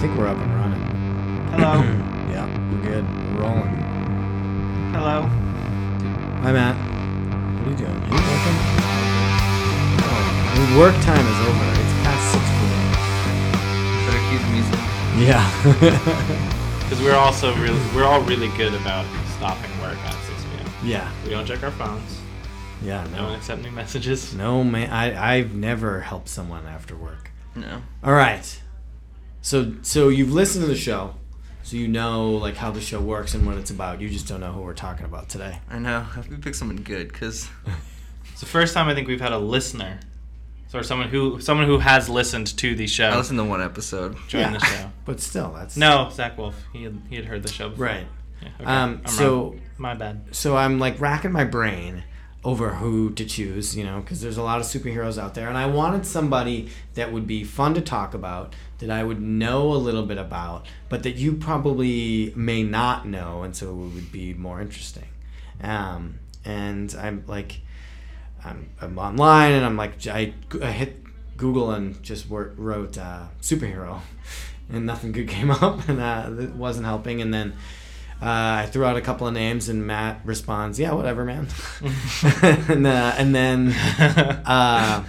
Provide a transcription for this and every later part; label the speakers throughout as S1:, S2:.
S1: think we're up and running.
S2: Hello.
S1: Yeah, we're good. We're rolling.
S2: Hello.
S1: Hi, Matt. What are you doing? Are you working? Oh, your work time is over. It's past six p.m.
S3: Better cue the music.
S1: Yeah.
S4: Because we're also really, we're all really good about stopping work at 6 p.m.
S1: yeah.
S4: We don't check our phones.
S1: Yeah.
S4: No one
S1: No.
S4: accept new messages.
S1: No, man. I I've never helped someone after work.
S3: No.
S1: All right. So so you've listened to the show, so you know like how the show works and what it's about. You just don't know who we're talking about today.
S3: I know. I hope you pick someone good, cause
S4: It's the first time I think we've had a listener, or someone who someone who has listened to the show
S3: I listened to one episode.
S4: join the show.
S1: But still, that's
S4: No, Zach Wolf. He had, he had heard the show. Before.
S1: right.
S4: Yeah, okay.
S1: Um.
S4: I'm
S1: so.
S4: wrong. my bad.
S1: so I'm like racking my brain over who to choose, you know, because there's a lot of superheroes out there, and I wanted somebody that would be fun to talk about, that I would know a little bit about, but that you probably may not know, and so it would be more interesting. Um, and I'm like, I'm, I'm online, and I'm like, I, I hit Google and just wor- wrote uh, superhero, and nothing good came up, and uh, it wasn't helping, and then. Uh, I threw out a couple of names and Matt responds, "Yeah, whatever, man." and, uh, and then uh,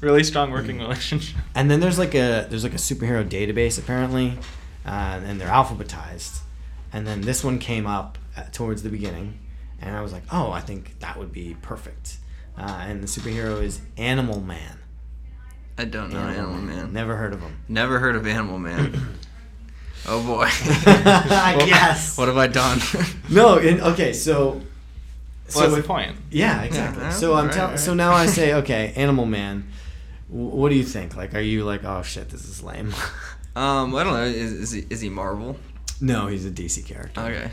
S4: really strong working relationship.
S1: and then there's like a there's like a superhero database apparently, uh, and they're alphabetized. And then this one came up uh, towards the beginning, and I was like, "Oh, I think that would be perfect." Uh, and the superhero is Animal Man.
S3: I don't know Oh, Animal Man. Never,
S1: Never heard of him.
S3: heard of Animal Man. oh boy.
S1: I
S3: What-
S1: guess.
S3: What have I done?
S1: No. And, okay. So.
S4: Well, that's the
S1: if-
S4: point.
S1: Yeah, exactly.
S3: Yeah,
S1: so I'm
S3: right,
S1: tell-
S3: right.
S1: so now I say, okay, Animal Man. W- what do you think? Like, are you like, oh shit, this is lame?
S3: um, I don't know. Is, is he is he Marvel?
S1: no, he's a DC character.
S3: Okay,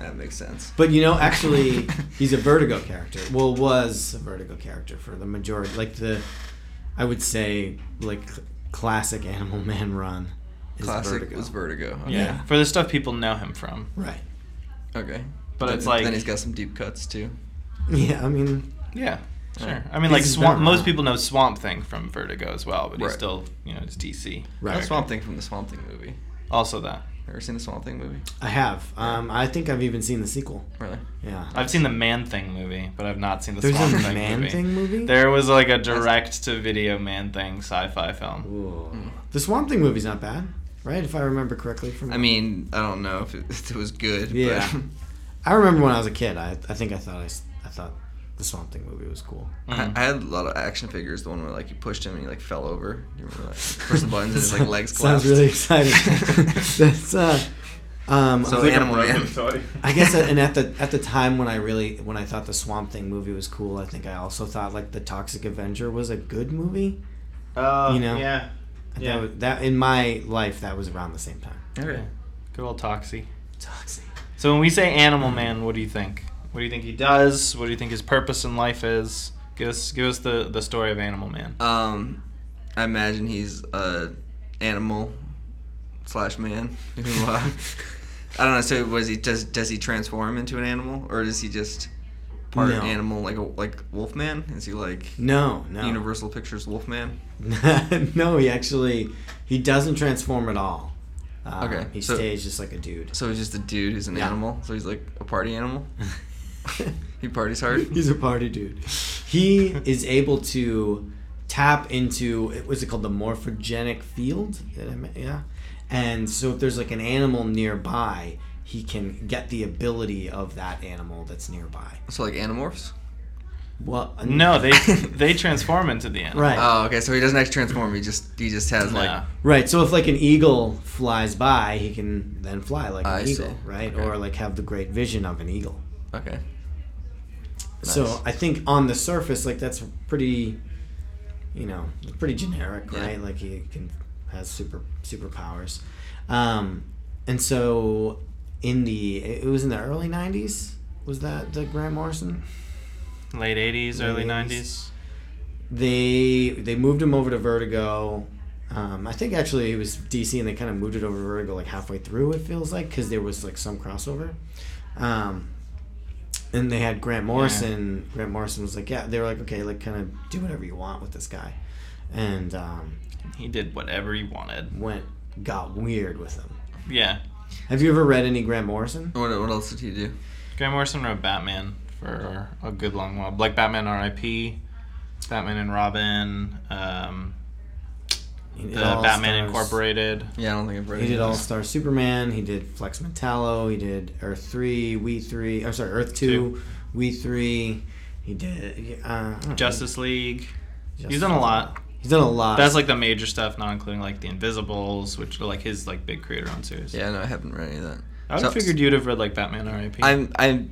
S3: that makes sense.
S1: But you know, actually, he's a Vertigo character. Well, was a Vertigo character for the majority, like the, I would say, like cl- classic Animal Man run. Is
S3: Classic
S1: Vertigo.
S3: was Vertigo. Okay.
S4: Yeah. For the stuff people know him from.
S1: right.
S3: Okay.
S4: But
S3: Then-
S4: it's like-
S3: then he's got some deep cuts too.
S1: Yeah, I mean,
S4: Yeah. Sure.
S3: Right.
S4: I mean,
S1: He's
S4: like
S1: been
S4: swamp,
S1: around.
S4: most people know Swamp Thing from Vertigo as well, but he's
S3: Right.
S4: still, you know, it's DC.
S1: right.
S3: That's Swamp Thing from the Swamp Thing movie.
S4: Also that.
S3: Ever seen the Swamp Thing movie?
S1: I have. Um, I think I've even seen the sequel.
S3: Really?
S1: Yeah.
S4: I've seen the Man Thing movie, but I've not seen the
S1: There's
S4: Swamp
S1: a
S4: Thing
S1: Man
S4: movie.
S1: Thing movie.
S4: There was like a direct to video Man Thing sci-fi film.
S1: Ooh.
S3: Hmm.
S1: The Swamp Thing movie's not bad, right? If I remember correctly from
S3: I mean, I don't know if it, if it was good.
S1: Yeah.
S3: But
S1: I remember when I was a kid. I, I think I thought I, s- I thought the Swamp Thing movie was cool.
S3: I, I had a lot of action figures. The one where like you pushed him and he like fell over. You remember that? Push the buttons and his like legs collapsed.
S1: Sounds really exciting. That's uh, um,
S3: Hmm. So
S1: I-
S3: Animal Man.
S1: I guess uh, and at the at the time when I really when I thought the Swamp Thing movie was cool, I think I also thought like the Toxic Avenger was a good movie.
S4: Oh,
S1: You know?
S4: yeah.
S1: That, was, that in my life that was around the same time.
S3: Okay.
S4: Good old Toxie.
S1: Toxic.
S4: So when we say Animal Man, what do you think? What do you think he does? What do you think his purpose in life is? Give us give us the, the story of Animal Man.
S1: Uh,
S3: Um, I imagine he's a animal slash man. who, uh, I don't know. So was he does does he transform into an animal or is he just part
S1: No.
S3: animal like a, like Wolfman? Is he like
S1: No, no.
S3: Universal Pictures Wolfman?
S1: no, he actually he doesn't transform at all. Um,
S3: Okay,
S1: He
S3: so-
S1: stays just like a dude.
S3: So he's just a dude who's an
S1: Yeah.
S3: animal. So he's like a party animal. He parties hard.
S1: He's a party dude. He is able to tap into it was it called the morphogenic field? Did I ma- Yeah. And so if there's like an animal nearby, he can get the ability of that animal that's nearby.
S3: So like animorphs.
S1: Well,
S4: No, they they transform into the animal.
S1: Right.
S3: Oh, okay. So he doesn't actually transform. He just he just has like
S4: Nah.
S1: Right. So if like an eagle flies by, he can then fly like an
S3: I
S1: eagle,
S3: see.
S1: right?
S3: Okay.
S1: Or like have the great vision of an eagle.
S3: okay. Nice.
S1: So I think on the surface, like that's pretty, you know, pretty generic,
S3: Yeah.
S1: right? Like he can has super superpowers, um, and so in the it was in the early '90s. Was that the Grant Morrison?
S4: Late eighties, early
S1: Late
S4: nineties.
S1: They they moved him over to Vertigo. Um, I think actually it was DC, and they kind of moved it over to Vertigo like halfway through. It feels like because there was like some crossover. Um, and they had Grant Morrison. Grant Morrison was like, yeah, they were like, okay, like kind of do whatever you want with this guy, and um,
S4: He did whatever he wanted.
S1: went got weird with them.
S4: Yeah.
S1: Have you ever read any Grant Morrison?
S4: Uh,
S3: What, what else did he do?
S4: Grant Morrison wrote Batman for a good long while. Like Batman R.I.P., Batman and Robin, um,
S1: He
S4: the
S1: did All
S4: Batman
S1: Stars-
S4: Incorporated.
S3: Yeah, I don't think I've read
S1: He did
S3: any of
S1: All
S3: those.
S1: Star Superman. He did Flex Metallo. He did Earth Three, We Three. I'm sorry, Earth Two,
S4: Two.
S1: We Three. He did uh, I don't know.
S4: Justice League.
S1: Justice
S4: He's done a
S1: League.
S4: lot.
S1: He's done a
S3: Uh,
S1: lot.
S4: That's like the major stuff, not including like the Invisibles, which are like his like big creator-owned series.
S3: Yeah, no, I haven't read any of that.
S4: I would
S3: So-
S4: have figured you'd have read like Batman R.I.P.
S3: I'm I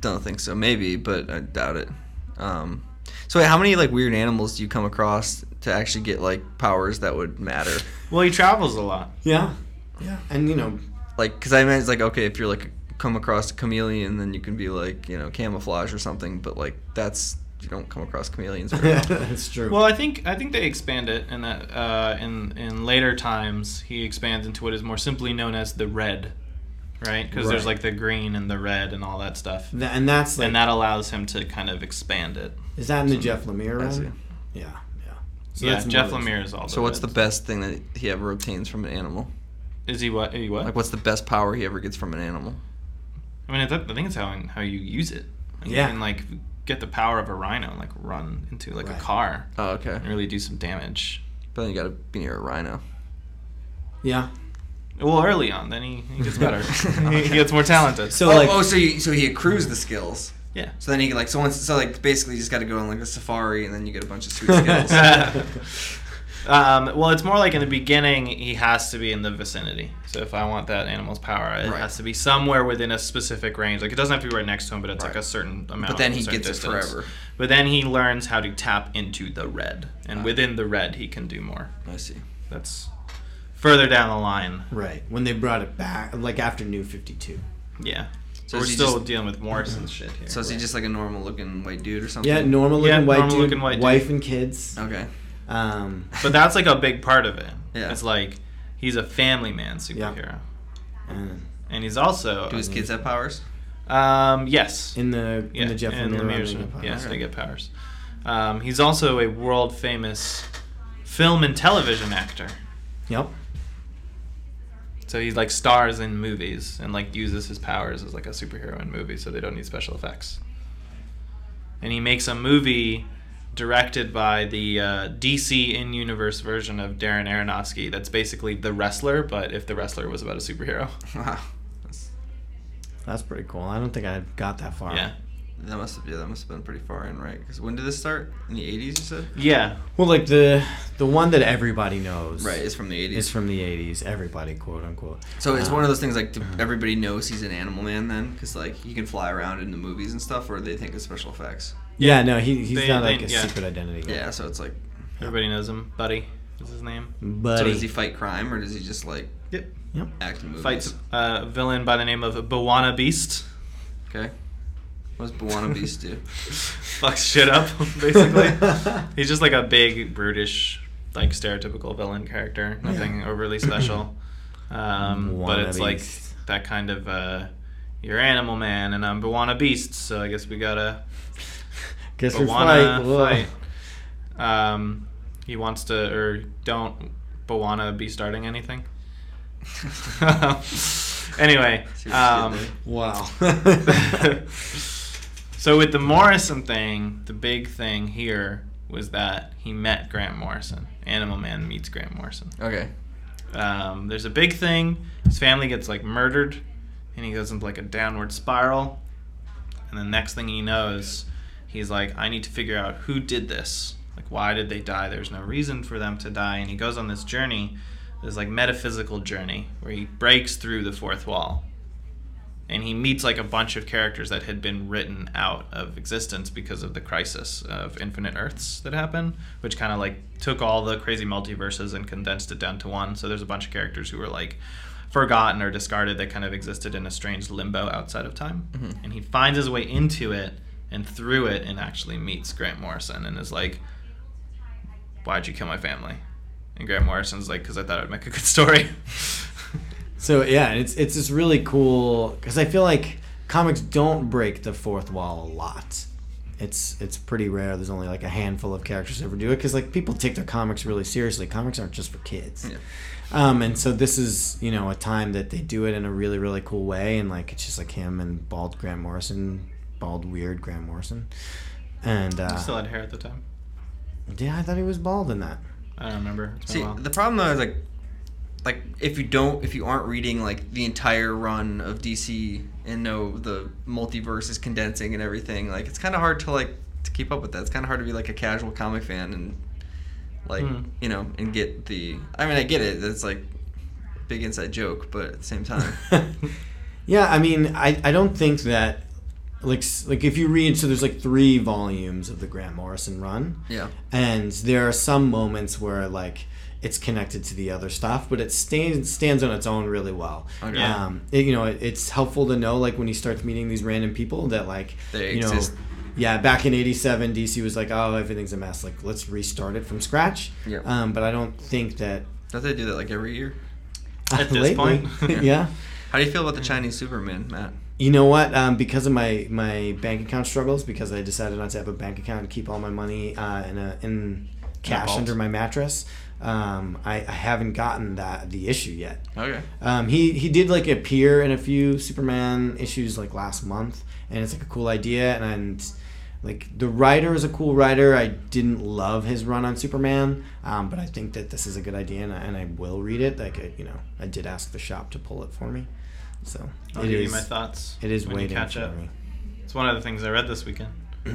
S3: don't think so. Maybe, but I doubt it. Um, so wait, how many like weird animals do you come across to actually get like powers that would matter?
S4: well, he travels a lot.
S1: yeah, yeah, and you know,
S3: Like, because I imagine it's like okay, if you're like come across a chameleon, then you can be like you know camouflage or something. But like that's you don't come across chameleons. Very often.
S1: that's true.
S4: Well, I think I think they expand it in that uh, in in later times he expands into what is more simply known as the red, right? Because there's
S1: Right.
S4: like the green and the red and all that stuff,
S1: Th- and that's like,
S4: and that allows him to kind of expand it.
S1: is that in the Jeff Lemire
S3: I
S1: run?
S3: see.
S1: Yeah, yeah.
S4: yeah,
S1: that's more
S4: Jeff
S1: than-
S4: Lemire is all.
S3: So what's the
S4: red.
S3: best thing that he ever obtains from an animal?
S4: Is he what? He what?
S3: Like, what's the best power he ever gets from an animal?
S4: I mean, I, th- I think it's how how you use it. I mean,
S1: Yeah.
S4: You can like get the power of a rhino and like run into like
S1: Right.
S4: a car
S3: Oh, okay.
S4: and really do some damage.
S3: But then you gotta be near a rhino.
S1: Yeah.
S4: Well, early on, then he, he gets better. he gets more talented.
S1: So like,
S3: Oh, so you, so he accrues the skills.
S4: yeah.
S3: So then he like so once so like basically you just got to go on like a safari and then you get a bunch of sweet skills.
S4: Um, well, it's more like in the beginning, he has to be in the vicinity. So if I want that animal's power, it
S3: Right.
S4: has to be somewhere within a specific range. Like it doesn't have to be right next to him, but it's like
S3: Right.
S4: a certain amount.
S3: but then
S4: a
S3: he
S4: certain
S3: gets it
S4: distance.
S3: forever.
S4: But then he learns how to tap into the red, and
S3: Ah.
S4: within the red, he can do more.
S3: I see.
S4: That's further down the line.
S1: right when they brought it back, like after New Fifty Two.
S4: Yeah.
S3: So
S4: So we're
S3: is he
S4: still
S3: just-
S4: dealing with Morrison's shit here.
S3: So is he just like a normal looking white dude or something?
S1: Yeah, normal looking
S4: Yeah,
S1: white
S4: normal
S1: dude,
S4: looking white dude.
S1: wife and kids.
S3: Okay.
S1: Um,
S4: but that's like a big part of it.
S3: Yeah.
S4: It's like he's a family man superhero,
S1: and
S4: and he's also
S3: Do his kids have powers?
S4: um yes
S1: in the
S4: yeah,
S1: in the Jeff
S4: and
S1: Lemire,
S4: Lemire's-
S1: run, they get
S4: yes
S1: powers.
S4: they get powers. Um, he's also a world famous film and television actor.
S1: Yep.
S4: So he like stars in movies and like uses his powers as like a superhero in movies, so they don't need special effects. And he makes a movie directed by the uh, DC in universe version of Darren Aronofsky. That's basically the wrestler, but if the wrestler was about a superhero.
S3: Wow. That's,
S1: That's pretty cool. I don't think I got that far.
S4: Yeah.
S3: that must have yeah, that must have been pretty far in, right? 'Cause when did this start? In the 80s, you said.
S4: Yeah.
S1: Well, like the the one that everybody knows.
S3: Right, it's from the 80s.
S1: Is from the '80s. Everybody, quote unquote.
S3: so it's
S1: Um,
S3: one of those things like do everybody knows he's an animal man then, because like he can fly around in the movies and stuff, or they think it's special effects.
S1: Yeah, no, he, he's
S4: They-
S1: not
S4: they-
S1: like a
S4: yeah.
S1: secret identity. guy.
S3: Yeah, so it's like,
S4: Everybody knows him. Buddy is his name.
S1: buddy.
S3: so does he fight crime or does he just like
S4: Yep.
S3: act in movies?
S4: Fights a villain by the name of Bawana Beast.
S3: Okay. What does Buana Beast do?
S4: Fucks shit up, basically. He's just like a big, brutish, like stereotypical villain character. Nothing overly special. Um, but
S1: Wanna
S4: it's like
S1: beast.
S4: that kind of uh, you're Animal Man and I'm Bawana Beast, so I guess we gotta
S1: Guess we fight.
S4: Bawana
S1: Whoa.
S4: fight. Um, he wants to, or don't Bawana be starting anything? anyway,
S3: See what she did
S4: um,
S3: there?
S1: Wow.
S4: so with the Morrison thing, the big thing here was that he met Grant Morrison. Animal Man meets Grant Morrison.
S3: Okay.
S4: Um, there's a big thing. His family gets like murdered, and he goes into like a downward spiral. And the next thing he knows, he's like, I need to figure out who did this. Like, why did they die? There's no reason for them to die. And he goes on this journey, this like metaphysical journey, where he breaks through the fourth wall. And he meets like a bunch of characters that had been written out of existence because of the crisis of Infinite Earths that happened, which kind of like took all the crazy multiverses and condensed it down to one. So there's a bunch of characters who were like forgotten or discarded that kind of existed in a strange limbo outside of time. And he finds his way into it and through it and actually meets Grant Morrison and is like, Why'd you kill my family? And Grant Morrison's like, Because I thought it would make a good story.
S1: So yeah, it's it's just really cool because I feel like comics don't break the fourth wall a lot. it's it's pretty rare. There's only like a handful of characters that ever do it because like people take their comics really seriously. Comics aren't just for kids.
S3: Yeah.
S4: Oh,
S1: Um, and so this is you know a time that they do it in a really really cool way and like it's just like him and bald Grant Morrison, bald weird Grant Morrison, and
S4: I
S1: uh,
S4: still had hair at the time.
S1: yeah, I thought he was bald in that.
S4: I don't remember. It's been
S3: See,
S4: a while.
S3: the problem though is like, like if you don't, if you aren't reading like the entire run of DC and know the multiverse is condensing and everything, like it's kind of hard to like to keep up with that. It's kind of hard to be like a casual comic fan and like
S4: Hmm.
S3: you know and get the. I mean, I get it. It's like a big inside joke, but at the same time,
S1: yeah, I mean, I, I don't think that like s- like if you read so there's like three volumes of the Grant Morrison run,
S3: yeah,
S1: and there are some moments where like it's connected to the other stuff, but it stands stands on its own really well.
S3: Okay.
S4: Yeah.
S1: Um, it- you know, it, it's helpful to know like when he starts meeting these random people that like
S3: They
S1: you know,
S3: exist.
S1: yeah, back in '87, DC was like, oh, everything's a mess. Like, let's restart it from scratch.
S3: Yeah.
S1: Um, but I don't think that
S3: don't they do that like every year?
S4: At this
S1: lately-
S4: point.
S1: yeah.
S3: How do you feel
S4: Mm.
S3: about the Chinese Superman, Matt?
S1: You know what? Um, because of my, my bank account struggles, because I decided not to have a bank account and keep all my money uh, in a in cash
S4: vault.
S1: under my mattress, um, I, I haven't gotten that the issue yet.
S3: Okay.
S1: Um, he he did like appear in a few Superman issues like last month, and it's like a cool idea. And, like the writer is a cool writer. I didn't love his run on Superman, um, but I think that this is a good idea, and I, and I will read it. Like I, you know, I did ask the shop to pull it for me, so
S4: I'll
S1: it
S4: give you
S1: is-
S4: my thoughts.
S1: it is
S4: when you
S1: waiting
S4: catch
S1: for
S4: up.
S1: me.
S4: It's one of the things I read this weekend.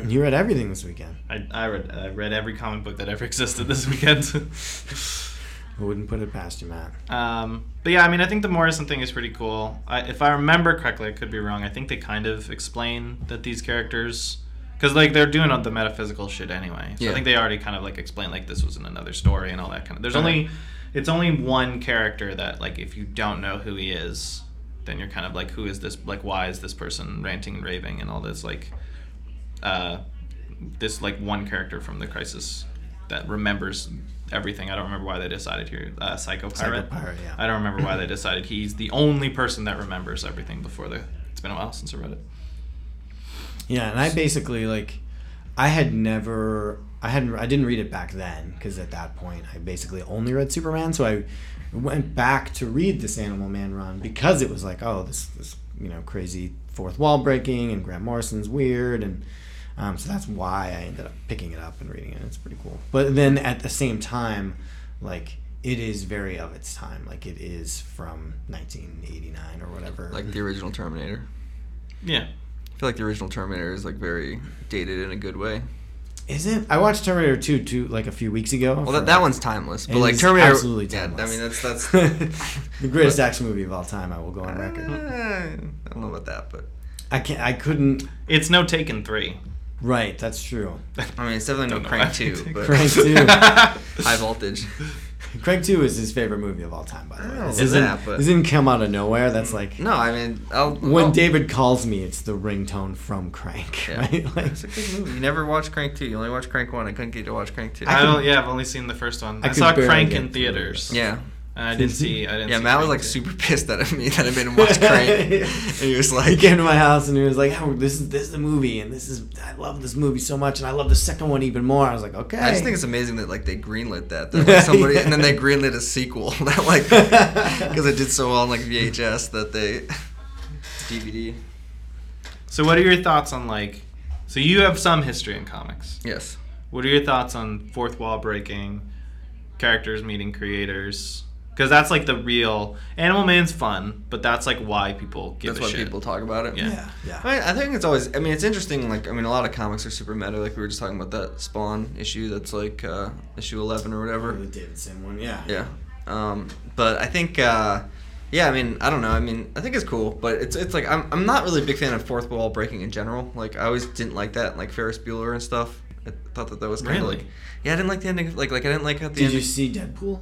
S1: You read everything this weekend.
S4: I, I read I read every comic book that ever existed this weekend.
S1: I wouldn't put it past you, Matt.
S4: um, but yeah, I mean, I think the Morrison thing is pretty cool. I, if I remember correctly, I could be wrong. I think they kind of explain that these characters, because like they're doing all the metaphysical shit anyway. So
S3: Yeah.
S4: I think they already kind of like explained like this was in another story and all that kind of. There's
S3: Okay.
S4: only it's only one character that like if you don't know who he is, then you're kind of like who is this like why is this person ranting and raving and all this like uh, this like one character from the crisis that remembers everything. I don't remember why they decided here. Uh, Psycho Pirate.
S1: Pirate, yeah.
S4: I don't remember why they decided he's the only person that remembers everything before the. It's been a while since I read it.
S1: Yeah, and I basically like, I had never, I hadn't, I didn't read it back then because at that point I basically only read Superman. So I went back to read this Animal Man run because it was like, oh, this, this you know, crazy fourth wall breaking and Grant Morrison's weird and. Um, so that's why I ended up picking it up and reading it. It's pretty cool. But then at the same time, like it is very of its time. Like it is from 1989 or whatever.
S3: Like the original Terminator.
S4: Yeah.
S3: I feel like the original Terminator is like very dated in a good way.
S1: Is it? I watched Terminator 2 two like a few weeks ago.
S3: Well, that, that one's timeless, but
S1: It
S3: like
S1: is
S3: Terminator,
S1: absolutely
S3: Yeah, I
S1: timeless.
S3: mean, that's that's Ah.
S1: the greatest action movie of all time. I will go on record.
S3: I don't know about that, but
S1: I can not I couldn't.
S4: It's no Taken three.
S1: Right, that's true.
S3: I mean, it's definitely
S4: Don't
S3: no
S4: know
S3: Crank
S4: why.
S3: Two, but
S1: Crank two.
S3: High Voltage.
S1: Crank 2 is his favorite movie of all time. By the
S3: I
S1: way,
S3: don't
S1: this
S3: know
S1: isn't,
S3: that, but- Mm,
S1: this didn't come out of nowhere. That's like
S3: No, I mean, I'll,
S1: when
S3: I'll-
S1: David calls me, it's the ringtone from Crank.
S3: Yeah.
S1: Right? Like,
S3: It's a good movie. You never watched Crank Two. You only watched Crank One. I couldn't get you to watch Crank Two.
S4: I,
S1: could-
S4: don't. Yeah, I've only seen the first one.
S1: I
S4: I,
S1: could
S4: saw
S1: barely
S4: Crank
S1: get
S4: in
S1: through
S4: theaters.
S1: it.
S3: yeah,
S4: And I didn't see. I didn't.
S3: yeah.
S4: see
S3: Matt was like
S4: Crank two.
S3: super pissed that at me that I made him watch Crank. and he was
S1: he
S3: like,
S1: came to my house and he was like, oh, "This is this is the movie, and this is I love this movie so much, and I love the second one even more." I was like, "Okay."
S3: I just think it's amazing that like they greenlit that. That like, somebody and then they greenlit a sequel that like because it did so well on like VHS that they DVD.
S4: So what are your thoughts on like? So you have some history in comics.
S3: Yes.
S4: What are your thoughts on fourth wall breaking, characters meeting creators? Because that's like the real Animal Man's fun, but that's like why people give
S3: That's
S4: a
S3: why
S4: shit.
S3: people talk about it.
S4: Yeah.
S1: yeah, yeah.
S3: I, I think it's always. I mean, it's interesting. Like, I mean, a lot of comics are super meta. Like we were just talking about that Spawn issue. That's like uh, issue eleven or whatever.
S1: The Davidson one, yeah.
S3: Yeah. Um, but I think, uh, yeah, I mean, I don't know. I mean, I think it's cool, but it's it's like I'm, I'm not really a big fan of fourth wall breaking in general. Like I always didn't like that, like Ferris Bueller and stuff. I thought that that was kind of
S4: Really?
S3: like, yeah, I didn't like the ending. Of, like like I didn't like how the
S1: Did
S3: ending.
S1: you see Deadpool?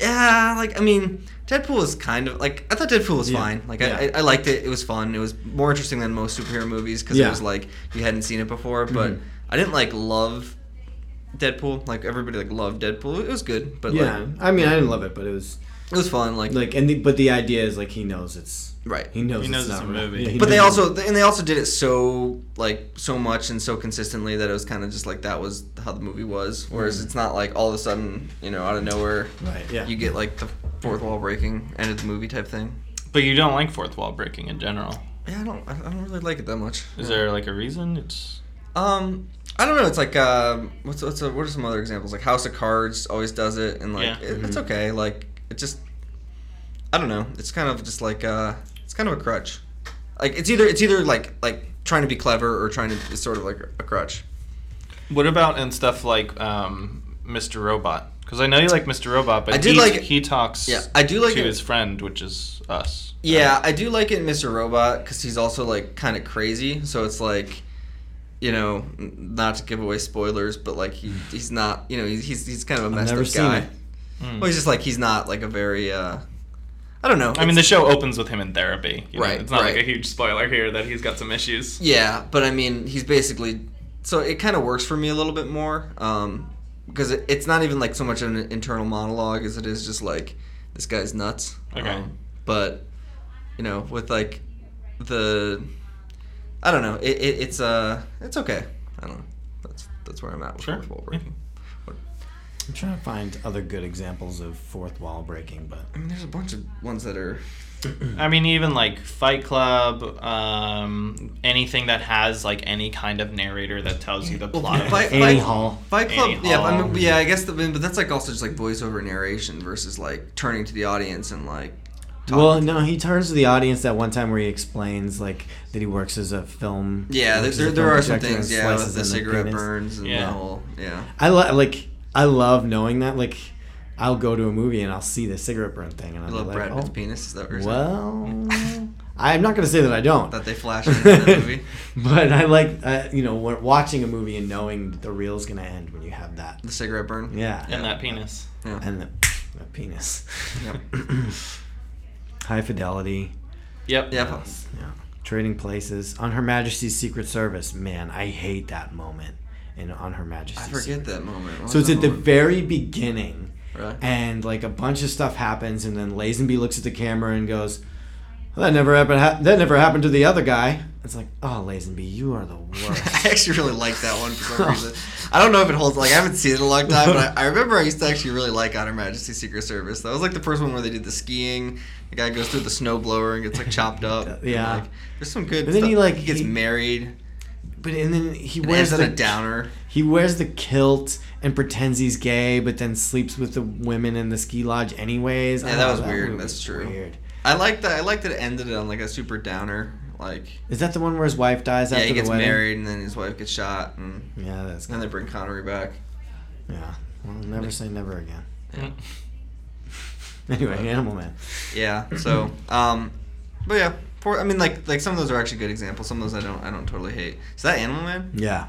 S3: Yeah, like I mean, Deadpool was kind of like I thought Deadpool was
S1: Yeah.
S3: fine. Like
S1: Yeah.
S3: I, I, I liked it. It was fun. It was more interesting than most superhero movies because
S1: Yeah. Mm-hmm.
S3: it was like you hadn't seen it before. But
S1: Mhm.
S3: I didn't like love Deadpool. Like everybody like loved Deadpool. It was good, but
S1: yeah,
S3: like
S1: I mean, I didn't love it, but it was
S3: it was fun. Like,
S1: like, and the, but the idea is like he knows it's
S3: right.
S1: he knows,
S4: He knows
S1: it's,
S4: it's
S1: not
S4: a
S1: real.
S4: movie.
S1: Yeah, he
S3: But they
S1: knows-
S3: also and they also did it so like so much and so consistently that it was kind of just like that was how the movie was. Whereas it's not like all of a sudden you know out of nowhere
S1: Mm-hmm. right, yeah,
S3: you get like the fourth wall breaking end of the movie type thing.
S4: But you don't like fourth wall breaking in general.
S3: Yeah, I don't I don't really like it that much.
S4: Is there like a reason? It's
S3: Um, I don't know. It's like um, what's what's what are some other examples? Like House of Cards always does it, and like
S4: Yeah.
S3: it,
S1: Mm-hmm.
S3: it's okay. Like it just, I don't know. It's kind of just like uh, it's kind of a crutch. Like it's either it's either like like trying to be clever or trying to it's sort of like a crutch.
S4: what about in stuff like um, Mr. Robot? Because I know you like Mr. Robot, but
S3: I did
S4: he,
S3: like-
S4: he talks
S3: Yeah, I do like
S4: to
S3: it-
S4: his friend, which is us.
S3: Yeah, I do like it in Mr. Robot because he's also like kind of crazy. So it's like, you know, n- not to give away spoilers, but like he, he's not. You know, he's he's, he's kind of a messed
S1: never
S3: up
S1: seen
S3: guy.
S1: it.
S4: Mm.
S3: Well, he's just like he's not like a very. uh I don't know.
S4: I mean,
S3: It's-
S4: the show opens with him in therapy. you know?
S3: Right,
S4: It's not like
S3: right.
S4: a huge spoiler here that he's got some issues.
S3: Yeah, but I mean, he's basically so it kind of works for me a little bit more um, because it, it's not even like so much an internal monologue as it is just like this guy's nuts.
S4: Okay.
S3: Um, but you know, with like the I don't know, it, it, it's uh it's okay. I don't know. That's that's where I'm at with
S4: Sure.
S3: fourth wall breaking.
S1: I'm trying to find other good examples of fourth wall breaking, but
S3: I mean, there's a bunch of ones that are
S4: I mean, even like Fight Club, um, anything that has like any kind of narrator that tells you the plot.
S3: Fight-
S4: of
S3: Fight-
S4: the
S1: Annie Hall.
S3: Fight Club.
S4: Annie
S3: yeah, I
S4: Hall.
S3: mean, yeah. I guess the but that's like also just like voiceover narration versus like turning to the audience and like.
S1: Well, no, he turns to the audience that one time where he explains like that he works as a film.
S3: Yeah, there,
S1: works as a
S3: there, there
S1: film
S3: are some
S1: projector and
S3: things. Yeah, with
S1: slices
S3: the
S1: in
S3: cigarette
S1: penis.
S3: burns and the
S4: Yeah.
S3: whole. Yeah.
S1: I lo- like I love knowing that. Like, I'll go to a movie and I'll see the cigarette burn thing, and
S3: I
S1: I'll
S3: love
S1: be like,
S3: Brad Pitt's
S1: oh,
S3: penis. Is that what you're saying?
S1: well, I'm not gonna say that I don't.
S3: That they flash in the movie.
S1: but I like uh, you know wa- watching a movie and knowing that the reel's gonna end when you have that.
S3: The cigarette burn.
S1: Yeah,
S4: And that penis.
S3: Yeah.
S1: and the, the penis.
S3: Yep.
S1: High fidelity.
S4: Yep.
S3: Yeah.
S1: Yeah. Trading places on Her Majesty's Secret Service. Man, I hate that moment. And on Her Majesty's.
S3: I
S1: Secret-
S3: forget that moment. What
S1: So
S3: was
S1: it's at
S3: that
S1: the
S3: moment?
S1: very beginning,
S3: Really?
S1: and like a bunch of stuff happens, and then Lazenby looks at the camera and goes, well, "That never happened. Ha- that never happened to the other guy." It's like, "Oh, Lazenby, you are the worst."
S3: I actually really like that one for some reason. I don't know if it holds. Like I haven't seen it in a long time, but I, I remember I used to actually really like On Her Majesty's Secret Service. That was like the first one where they did the skiing. The guy goes through the snowblower and gets like chopped up.
S1: Yeah.
S3: Like, there's some good.
S1: But then he,
S3: stuff.
S1: like,
S3: he gets
S1: he-
S3: married.
S1: but and then he
S3: It
S1: wears
S3: ends on
S1: the
S3: a downer.
S1: He wears the kilt and pretends he's gay, but then sleeps with the women in the ski lodge anyways.
S3: Yeah,
S1: Oh,
S3: that was weird.
S1: movie
S3: That's
S1: was
S3: true. I like that. I like that it ended on like a super downer. Like
S1: Is that the one where his wife dies
S3: yeah,
S1: after
S3: he gets
S1: the wedding?
S3: married and then his wife gets shot, and
S1: Yeah, that's
S3: then they bring Connery back.
S1: yeah. Well, never say never again.
S3: Yeah.
S1: Anyway, Animal Man.
S3: Yeah. So, um, but yeah, poor, I mean, like like some of those are actually good examples. Some of those I don't I don't totally hate. Is that Animal Man?
S1: Yeah.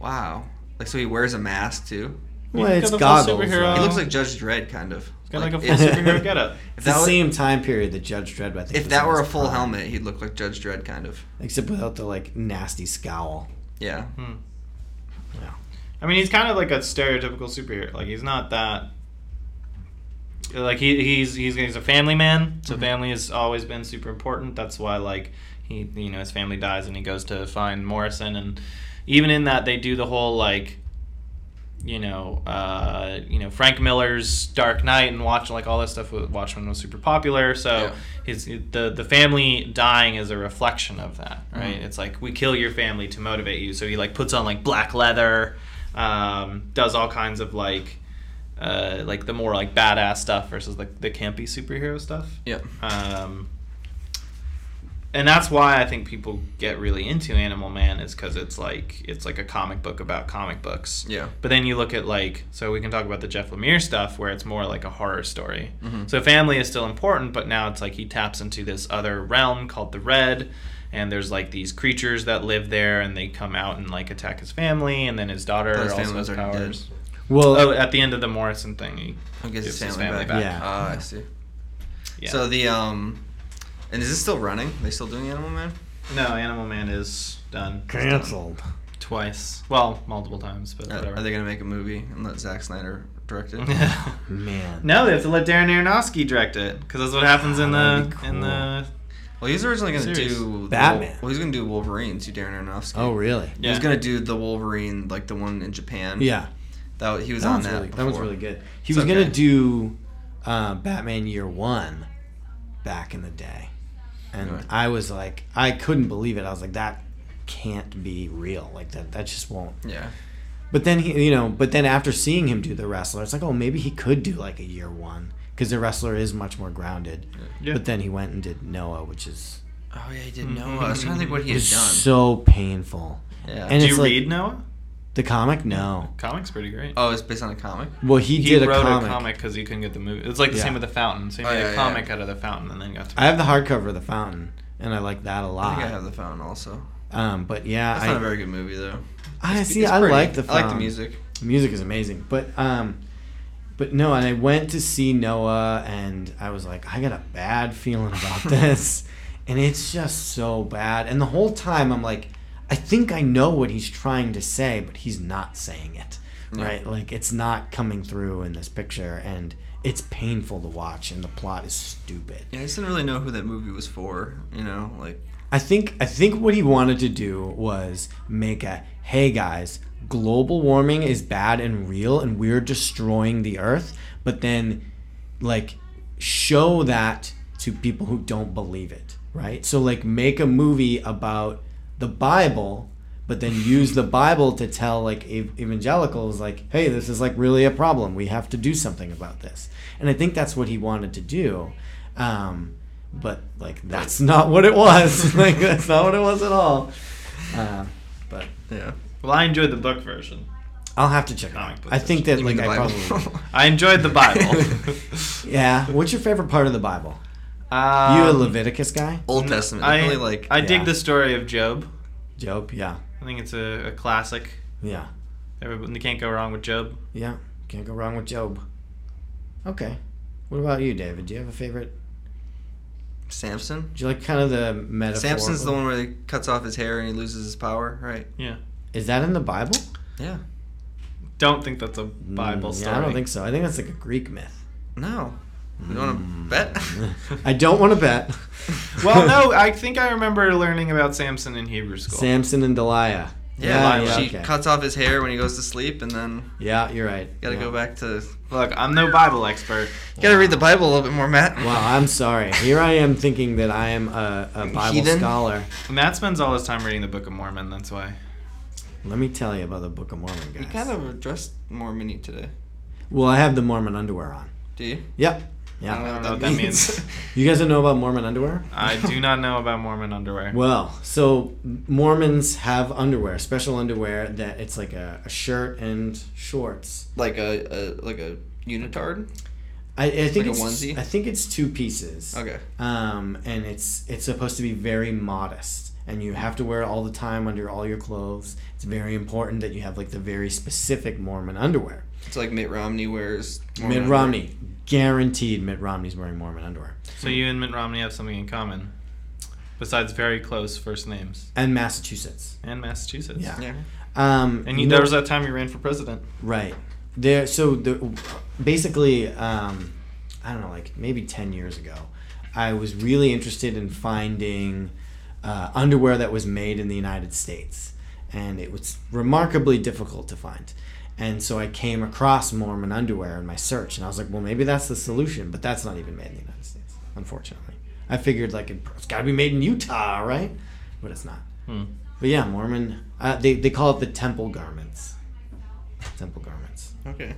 S3: Wow. Like so he wears a mask too.
S1: Well,
S4: got
S1: it's
S4: the full
S1: goggles.
S4: superhero.
S1: right?
S3: He
S4: Oh.
S3: looks like Judge Dredd kind of.
S4: It's got like, a
S3: if-
S4: full superhero getup.
S3: If
S1: It's the
S3: that, was,
S1: same time period that Judge Dredd. I think,
S3: if
S1: was
S3: that
S1: in
S3: were a
S1: his
S3: full
S1: prime.
S3: helmet, he'd look like Judge Dredd kind of.
S1: except without the like nasty scowl.
S3: Yeah.
S4: Hmm.
S1: Yeah.
S4: I mean, he's kind of like a stereotypical superhero. Like he's not that. Like he, he's he's he's a family man, so family has always been super important. That's why like he you know his family dies and he goes to find Morrison, and even in that they do the whole like you know, uh, you know Frank Miller's Dark Knight and watch like all that stuff. with Watchmen was super popular, so
S3: Yeah.
S4: his the the family dying is a reflection of that, right?
S3: Mhm.
S4: It's like we kill your family to motivate you. So he like puts on like black leather, um, does all kinds of like. Uh, like the more like badass stuff versus like the campy superhero stuff
S3: Yep.
S4: um, and that's why I think people get really into Animal Man is because it's like it's like a comic book about comic books.
S3: Yeah.
S4: But then you look at like so we can talk about the Jeff Lemire stuff where it's more like a horror story.
S3: Mhm.
S4: So family is still important, but now it's like he taps into this other realm called the Red, and there's like these creatures that live there, and they come out and like attack his family, and then his daughter
S3: His
S4: also
S3: family was
S4: has
S3: already dead.
S4: powers.
S1: Well,
S4: Oh, at the end of the Morrison thing, he
S3: He gets his
S4: gives his
S3: family, back.
S1: back. Yeah.
S3: Ah, I see.
S4: Yeah.
S3: So the um, and is this still running? They still doing Animal Man?
S4: no, Animal Man is done.
S1: canceled.
S4: twice. Well, multiple times, but
S3: Are,
S4: whatever.
S3: are they gonna make a movie and let Zack Snyder direct it?
S1: Man.
S4: no, they have to let Darren Aronofsky direct it because that's what happens in the
S1: Ah, That'd be
S4: in the.
S3: Well, he's originally gonna
S4: Serious.
S3: do the
S1: Batman.
S3: Wol- Well, he's gonna do Wolverine to Darren Aronofsky.
S1: Oh, really?
S4: Yeah.
S3: He's gonna do the Wolverine, like the one in Japan.
S1: Yeah.
S3: that he was
S1: That
S3: on
S1: one's,
S3: that.
S1: really, that one's
S3: before.
S1: really good. He
S3: It's
S1: was
S3: okay.
S1: gonna do uh, Batman Year One back in the day, and
S3: Right.
S1: I was like, I couldn't believe it. I was like, that can't be real. Like that, that just won't.
S3: Yeah,
S1: But then he, you know, but then after seeing him do the wrestler, it's like, oh, maybe he could do like a Year One because the wrestler is much more grounded.
S4: Yeah.
S1: But then he went and did Noah, which is
S3: Oh yeah, he did Noah. I was trying to think what he had done.
S1: is Mm-hmm. so painful.
S3: yeah.
S1: and
S4: Do
S1: it's
S4: you
S1: like-
S4: read Noah?
S1: The comic, no.
S4: Comics pretty great.
S3: oh, it's based on a comic.
S1: Well, he,
S4: he
S1: did
S4: wrote
S1: a comic.
S4: because he couldn't get the movie. It's like the
S1: Yeah.
S4: same with the Fountain. So he
S3: Oh,
S4: made
S3: yeah,
S4: a
S3: yeah.
S4: comic out of the Fountain and then got to.
S1: I have the hardcover of The Fountain, and I like that a
S3: I
S1: lot.
S3: think I have the phone also.
S1: Um, but yeah,
S3: That's
S1: I,
S3: not a very good movie though.
S1: I
S3: It's-
S1: Ah, see.
S3: it's
S1: I
S3: pretty.
S1: like the.
S3: I like the
S1: film.
S3: music.
S1: The music is amazing, but um, but no, and I went to see Noah, and I was like, I got a bad feeling about this, and it's just so bad. And the whole time, I'm like, I think I know what he's trying to say, but he's not saying it,
S3: Yeah.
S1: right? Like it's not coming through in this picture, and it's painful to watch, and the plot is stupid.
S3: Yeah, I just didn't really know who that movie was for. You know, like
S1: I think I think what he wanted to do was make a hey guys, global warming is bad and real and we're destroying the earth, but then like show that to people who don't believe it, right? So like make a movie about the Bible but then use the Bible to tell like ev- evangelicals like, hey, this is like really a problem. We have to do something about this. And I think that's what he wanted to do. Um, but like that's not what it was. like that's not what it was at all. Um, but
S3: yeah.
S4: Well, I enjoyed the book version.
S1: I'll have to check. it out.
S4: Comic book
S1: I think that
S3: You
S1: like
S3: mean the
S1: I
S3: Bible?
S1: probably
S4: I enjoyed the Bible.
S1: yeah. What's your favorite part of the Bible?
S4: um,
S1: you a Leviticus guy?
S3: Old Testament.
S4: I
S3: I really like.
S4: I
S1: yeah.
S4: dig the story of Job.
S1: Job? Yeah,
S4: I think it's a, a classic.
S1: yeah,
S4: Everybody you can't go wrong with Job.
S1: yeah. Can't go wrong with Job. Okay. What about you, David? Do you have a favorite?
S3: Samson.
S1: Do you like kind of the metaphor?
S3: Samson's the one where he cuts off his hair and he loses his power, right?
S4: Yeah.
S1: Is that in the Bible?
S3: Yeah.
S4: Don't think that's a Bible
S1: Mm,
S4: story.
S1: Yeah, I don't think so. I think that's like a Greek myth. Mm.
S3: No. You want to bet?
S1: I don't want to bet.
S4: Well, no, I think I remember learning about Samson in Hebrew school.
S1: Samson and Delilah.
S3: yeah,
S4: Yeah,
S3: she
S1: okay.
S3: cuts off his hair when he goes to sleep, and then
S1: Yeah, you're right.
S3: you gotta
S1: yeah.
S3: go back to.
S4: Look, I'm no Bible expert.
S3: You gotta read the Bible a little bit more, Matt.
S1: Wow, I'm sorry. Here I am thinking that I am a, a Bible
S3: Heathen?
S1: scholar.
S4: Matt spends all his time reading the Book of Mormon. That's why.
S1: Let me tell you about the Book of Mormon,
S3: You
S1: guys.
S3: kind of dressed Mormony today.
S1: Well, I have the Mormon underwear on.
S3: Do you?
S1: Yep.
S3: I
S1: Yeah.
S4: don't know what that means.
S1: You guys don't know about Mormon underwear?
S4: I do not know about Mormon underwear.
S1: Well, so Mormons have underwear, special underwear that it's like a, a shirt and shorts.
S3: like a, a like a unitard.
S1: I, I think
S3: Like a
S1: it's,
S3: onesie?
S1: I think it's two pieces.
S3: Okay.
S1: um, and it's it's supposed to be very modest and you have to wear it all the time under all your clothes it's very important that you have like the very specific mormon underwear
S3: It's like Mitt Romney wears. Mormon
S1: mitt
S3: underwear.
S1: romney guaranteed mitt romney's wearing mormon underwear
S4: So you and Mitt Romney have something in common, besides very close first names
S1: and massachusetts
S4: and Massachusetts.
S1: Yeah.
S3: Yeah.
S1: um,
S4: And you, there was that time you ran for president.
S1: Right. There. So the basically, um, I don't know, like maybe ten years ago, I was really interested in finding uh, underwear that was made in the United States, and it was remarkably difficult to find. And so I came across Mormon underwear in my search, and I was like, well, maybe that's the solution, but that's not even made in the United States, unfortunately. I figured like it- it's got to be made in Utah, right? But it's not.
S4: Hmm.
S1: But yeah, Mormon. Uh, they they call it the temple garments. Temple garments.
S3: Okay.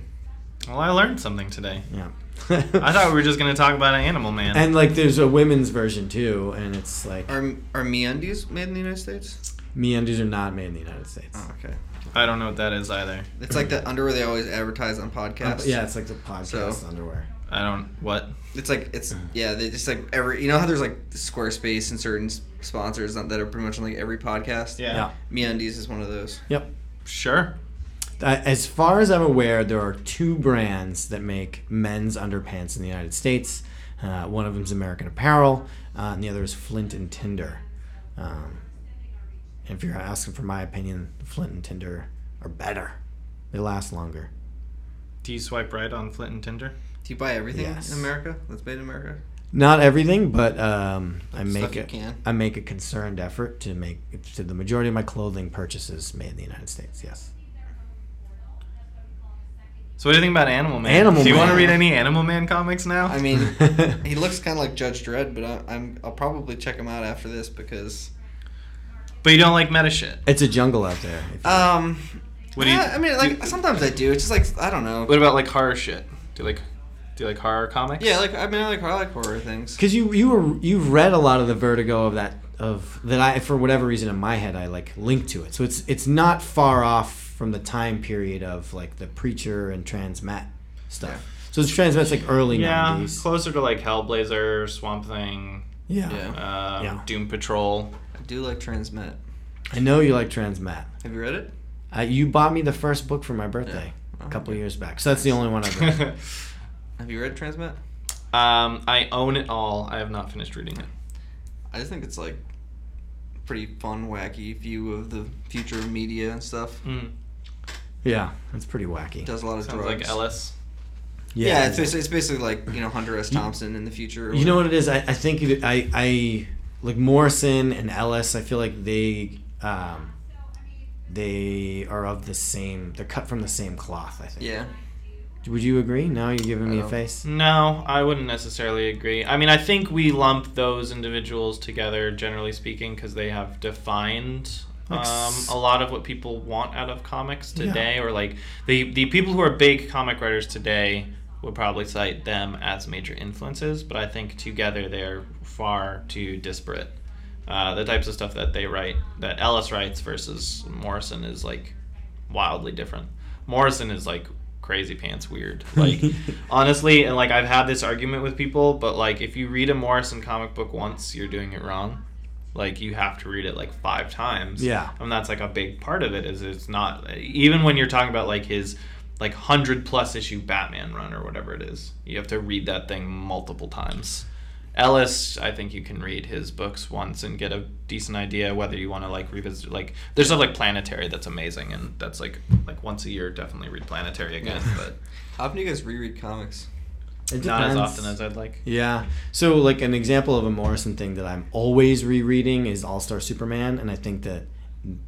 S4: Well, I learned something today.
S1: Yeah.
S4: I thought we were just gonna talk about an Animal Man.
S1: And like, there's a women's version too, and it's like
S3: Are are MeUndies made in the United States?
S1: meanders are not made in the United States. Uh,
S3: Oh, okay.
S4: I don't know what that is either.
S3: It's like that underwear they always advertise on podcasts.
S1: Yeah, it's like the podcast
S3: So-
S1: underwear.
S4: I don't what.
S3: It's like it's
S4: Uh-huh.
S3: yeah. They just like every you know how there's like Squarespace and certain s- sponsors that are pretty much on like every podcast.
S4: Yeah.
S1: Yeah.
S3: MeUndies is one of those.
S1: Yep.
S4: Sure.
S1: Uh, as far as I'm aware, there are two brands that make men's underpants in the United States. Uh, one of them's American Apparel, uh, and the other is Flint and Tinder. Um, If you're asking for my opinion, Flint and Tinder are better. They last longer.
S4: Do you swipe right on Flint and Tinder?
S3: Do you buy everything
S1: Yes.
S3: in America that's made in America?
S1: Not everything, but um, I
S3: Stuff
S1: make
S3: you
S1: a,
S3: can.
S1: I make a concerned effort to make to the majority of my clothing purchases made in the United States. Yes.
S4: So what do you think about Animal Man?
S1: Animal
S4: Do you want to
S1: Man.
S4: read any Animal Man comics now?
S3: I mean, he looks kind of like Judge Dredd, but I, I'm I'll probably check him out after this because
S4: but you don't like meta shit.
S1: It's a jungle out there. if you-
S3: um,
S4: What do you?
S3: I, I mean, like sometimes I do. It's just like I don't know.
S4: What about like horror shit? Do you like? Do you like horror comics?
S3: yeah, like I mean, I like I like horror things.
S1: Because you you were you've read a lot of the vertigo of that of that I for whatever reason in my head I like linked to it. So it's it's not far off from the time period of like the preacher and transmat stuff. So it's transmat's like early
S4: Yeah,
S1: nineties.
S4: closer to like Hellblazer, Swamp Thing,
S1: Yeah.
S3: Yeah.
S4: um,
S1: Yeah.
S4: Doom Patrol.
S3: I do like Transmit.
S1: I know you like transmat.
S3: Have you read it?
S1: Uh, you bought me the first book for my birthday
S3: Yeah.
S1: a couple years back. So that's the only one I've read.
S4: um,
S3: Have you read Transmit?
S4: I own it all. I have not finished reading it.
S3: I just think it's like pretty fun, wacky view of the future of media and stuff.
S4: Mm.
S1: yeah, that's pretty wacky.
S3: Does a lot of
S4: Sounds
S3: drugs.
S4: like Ellis.
S3: Yeah, it's, basically, it's basically like you know Hunter S. Thompson in the future.
S1: You know what it is? I, I think it, I I like Morrison and Ellis. I feel like they um, they are of the same. They're cut from the same cloth. I think.
S3: Yeah.
S1: Would you agree? Now you're giving me a
S3: Oh.
S1: face.
S4: No, I wouldn't necessarily agree. I mean, I think we lump those individuals together, generally speaking, because they have defined
S1: Like
S4: um,
S1: s-
S4: a lot of what people want out of comics
S1: Yeah.
S4: today, or like the the people who are big comic writers today would probably cite them as major influences. But I think together they're far too disparate. Uh, the types of stuff that they write, that Ellis writes versus Morrison, is like wildly different. Morrison is like crazy pants weird. Like honestly, and like I've had this argument with people, but like if you read a Morrison comic book once, you're doing it wrong. Like you have to read it like five times.
S1: Yeah.
S4: and that's like a big part of it. Is it's not even when you're talking about like his like hundred plus issue Batman run or whatever it is, you have to read that thing multiple times. Ellis, I think you can read his books once and get a decent idea whether you want to like revisit. Like, there's stuff like Planetary that's amazing, and that's like like once a year, definitely read Planetary again, but
S3: How often do you guys reread comics?
S1: It
S4: not as
S1: depends.
S4: often as I'd like.
S1: Yeah. So like an example of a Morrison thing that I'm always rereading is All Star Superman, and I think that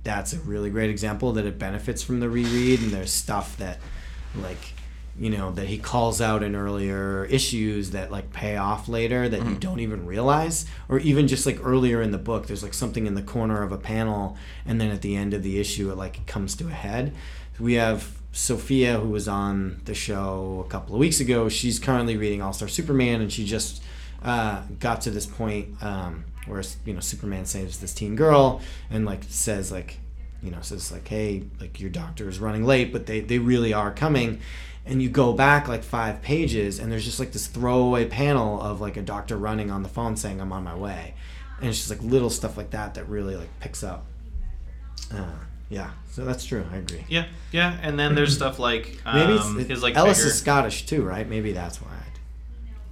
S1: that's a really great example that it benefits from the reread, and there's stuff that like you know that he calls out in earlier issues that like pay off later that you don't even realize or even just like earlier in the book there's like something in the corner of a panel and then at the end of the issue it like comes to a head we have Sophia, who was on the show a couple of weeks ago, she's currently reading All Star Superman, and she just uh, got to this point um, where you know Superman saves this teen girl and like says like you know says like hey like your doctor is running late, but they they really are coming. And you go back like five pages, and there's just like this throwaway panel of like a doctor running on the phone saying, "I'm on my way," and it's just like little stuff like that that really like picks up. Uh, yeah, so that's true. I agree.
S4: Yeah, yeah, and then there's stuff like
S1: Maybe
S4: um,
S1: it's,
S4: his like
S1: Ellis
S4: bigger-
S1: is Scottish too, right? Maybe that's why.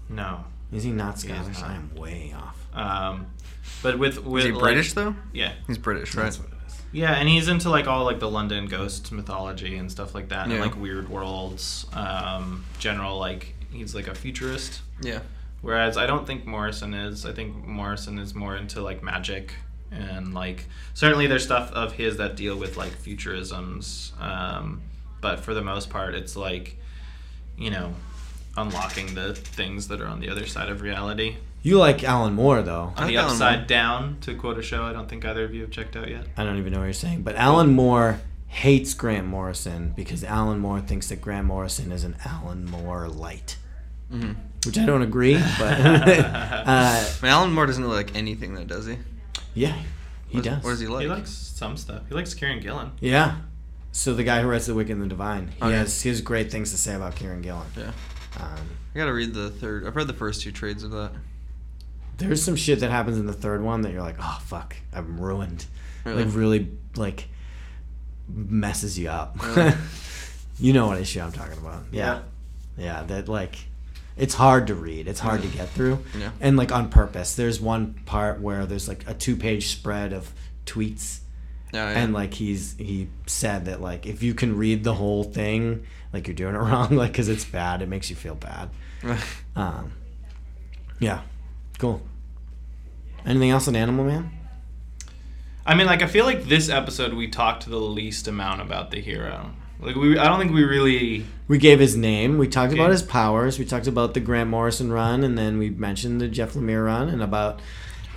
S4: no,
S1: Is he not
S4: He is
S1: Scottish?
S4: not.
S1: I am way off.
S4: um, but with with
S3: Is he
S4: like-
S3: British though?
S4: Yeah,
S3: He's British, right?
S1: That's what it is.
S4: Yeah, and he's into like all like the London ghost mythology and stuff like that, and
S3: Yeah.
S4: like weird worlds. Um, general like he's like a futurist,
S3: Yeah.
S4: whereas I don't think Morrison is. I think Morrison is more into like magic and like certainly there's stuff of his that deal with like futurisms, um, but for the most part, it's like you know unlocking the things that are on the other side of reality.
S1: You like Alan Moore though.
S3: I
S4: On the
S3: like Alan
S4: upside
S3: Moore.
S4: down, to quote a show, I don't think either of you have checked out yet.
S1: I don't even know what you're saying, but Alan Moore hates Grant Morrison because Alan Moore thinks that Grant Morrison is an Alan Moore light,
S3: Mm-hmm.
S1: which I don't agree. But uh,
S3: I mean, Alan Moore doesn't look like anything though, does he?
S1: yeah, he
S3: What-
S1: does.
S3: What does he like?
S4: He likes some stuff. He likes Kieran Gillen.
S1: Yeah. So the guy who writes The Wicked and the Divine, he
S3: Okay.
S1: has he has great things to say about Kieran Gillen.
S3: Yeah.
S1: Um,
S3: I gotta read the third. I've read the first two trades of that.
S1: there's some shit that happens in the third one that you're like, oh fuck, I'm ruined.
S3: Really?
S1: Like really like messes you up.
S3: Really?
S1: you know what issue I'm talking about. Yeah. yeah. that like it's hard to read. It's hard to get through.
S3: Yeah.
S1: And like on purpose. There's one part where there's like a two page spread of tweets
S3: Oh, yeah.
S1: and like he's he said that like if you can read the whole thing like you're doing it wrong like because it's bad it makes you feel bad
S3: Uh,
S1: um yeah cool anything else on animal man
S4: I mean, like I feel like this episode we talked the least amount about the hero. Like we, I don't think we really.
S1: we gave his name we talked about
S4: Okay.
S1: his powers we talked about the grant morrison run and then we mentioned the jeff lemire run and about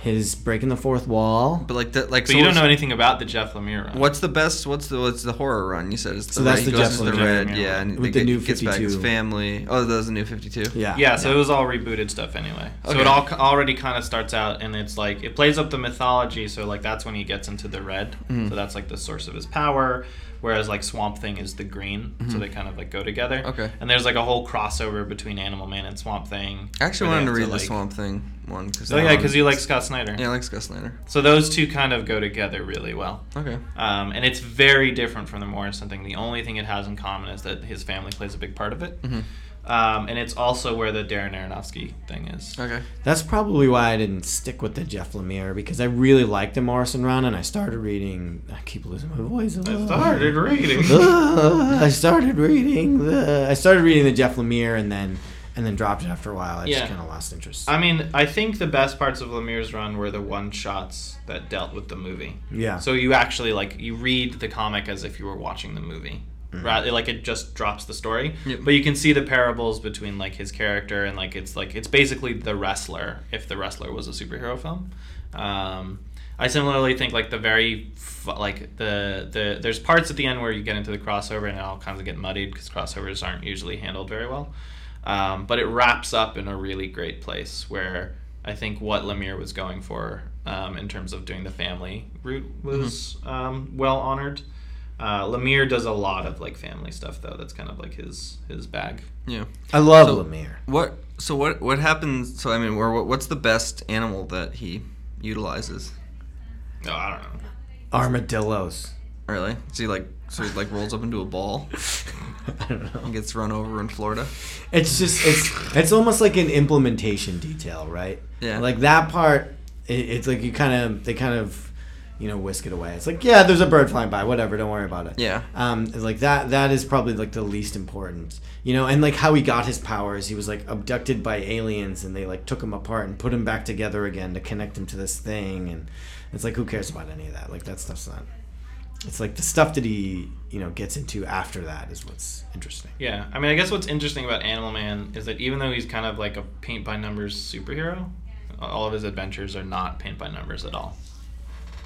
S1: his breaking the fourth wall
S3: but like that, like
S4: But you don't
S3: what's-
S4: know anything about the Jeff Lemire. Run.
S3: What's the best? What's the what's the horror run? You said it's the
S1: So that's
S3: red.
S1: the
S3: he goes
S1: Jeff
S3: into the
S1: Lemire
S3: red,
S4: one.
S3: yeah, and
S1: With
S3: it
S1: the
S3: get-
S1: new
S3: gets back his
S1: 52.
S3: family. Oh, that was the new Fifty Two.
S1: yeah
S4: Yeah, so it was all rebooted stuff anyway. So
S3: Okay.
S4: it all already kind of starts out, and it's like it plays up the mythology. So like that's when he gets into the red.
S3: Mm-hmm.
S4: So that's like the source of his power. Whereas like Swamp Thing is the green. So they kind of like go together.
S3: Mm-hmm. Okay.
S4: And there's like a whole crossover between Animal Man and Swamp Thing.
S3: I actually
S4: where they
S3: wanted to
S4: have
S3: read the
S4: like-
S3: Swamp Thing one. Cause
S4: Oh
S3: that
S4: yeah, because
S3: one-
S4: you like Scott Snyder.
S3: yeah, I like Scott Snyder.
S4: So those two kind of go together really well.
S3: Okay.
S4: Um, and it's very different from the Morrison thing. The only thing it has in common is that his family plays a big part of it.
S3: Mhm.
S4: Um, and it's also where the Darren Aronofsky thing is.
S3: Okay.
S1: That's probably why I didn't stick with the Jeff Lemire because I really liked the Morrison run and I started reading. I keep losing my voice.
S4: I started reading.
S1: Ah, I started reading the. I started reading the Jeff Lemire and then and then dropped it after a while. I
S4: Yeah.
S1: just kind of lost interest.
S4: I mean, I think the best parts of Lemire's run were the one shots that dealt with the movie.
S1: yeah.
S4: So you actually like you read the comic as if you were watching the movie. Rather, like it just drops the story,
S3: Yep.
S4: but you can see the parables between like his character and like it's like it's basically the wrestler if the wrestler was a superhero film. Um, I similarly think like the very f- like the the there's parts at the end where you get into the crossover and it all kinds of get muddied because crossovers aren't usually handled very well. Um, but it wraps up in a really great place where I think what Lemire was going for um, in terms of doing the family route was
S3: Mm-hmm.
S4: um, well honored. Uh, Lemire does a lot of like family stuff though. That's kind of like his his bag.
S3: Yeah.
S1: I love
S3: So-
S1: Lemire.
S3: What? So what? What happens? So I mean, where, what, what's the best animal that he utilizes?
S4: No, I don't know.
S1: Armadillos.
S3: Really? So he like so he like rolls up into a ball
S1: I don't know.
S3: and gets run over in Florida.
S1: It's just it's it's almost like an implementation detail, right?
S3: Yeah.
S1: Like that part, it, it's like you kind of they kind of, you know, whisk it away. It's like yeah, there's a bird flying by, whatever. Don't worry about it.
S3: Yeah.
S4: Uh,
S1: Um, like that that is probably like the least important, you know. And like how he got his powers, he was like abducted by aliens, and they like took him apart and put him back together again to connect him to this thing. And it's like who cares about any of that? Like that stuff's not. It's like the stuff that he you know gets into after that is what's interesting.
S4: Yeah, I mean, I guess what's interesting about Animal Man is that even though he's kind of like a paint by numbers superhero, all of his adventures are not paint by numbers at all.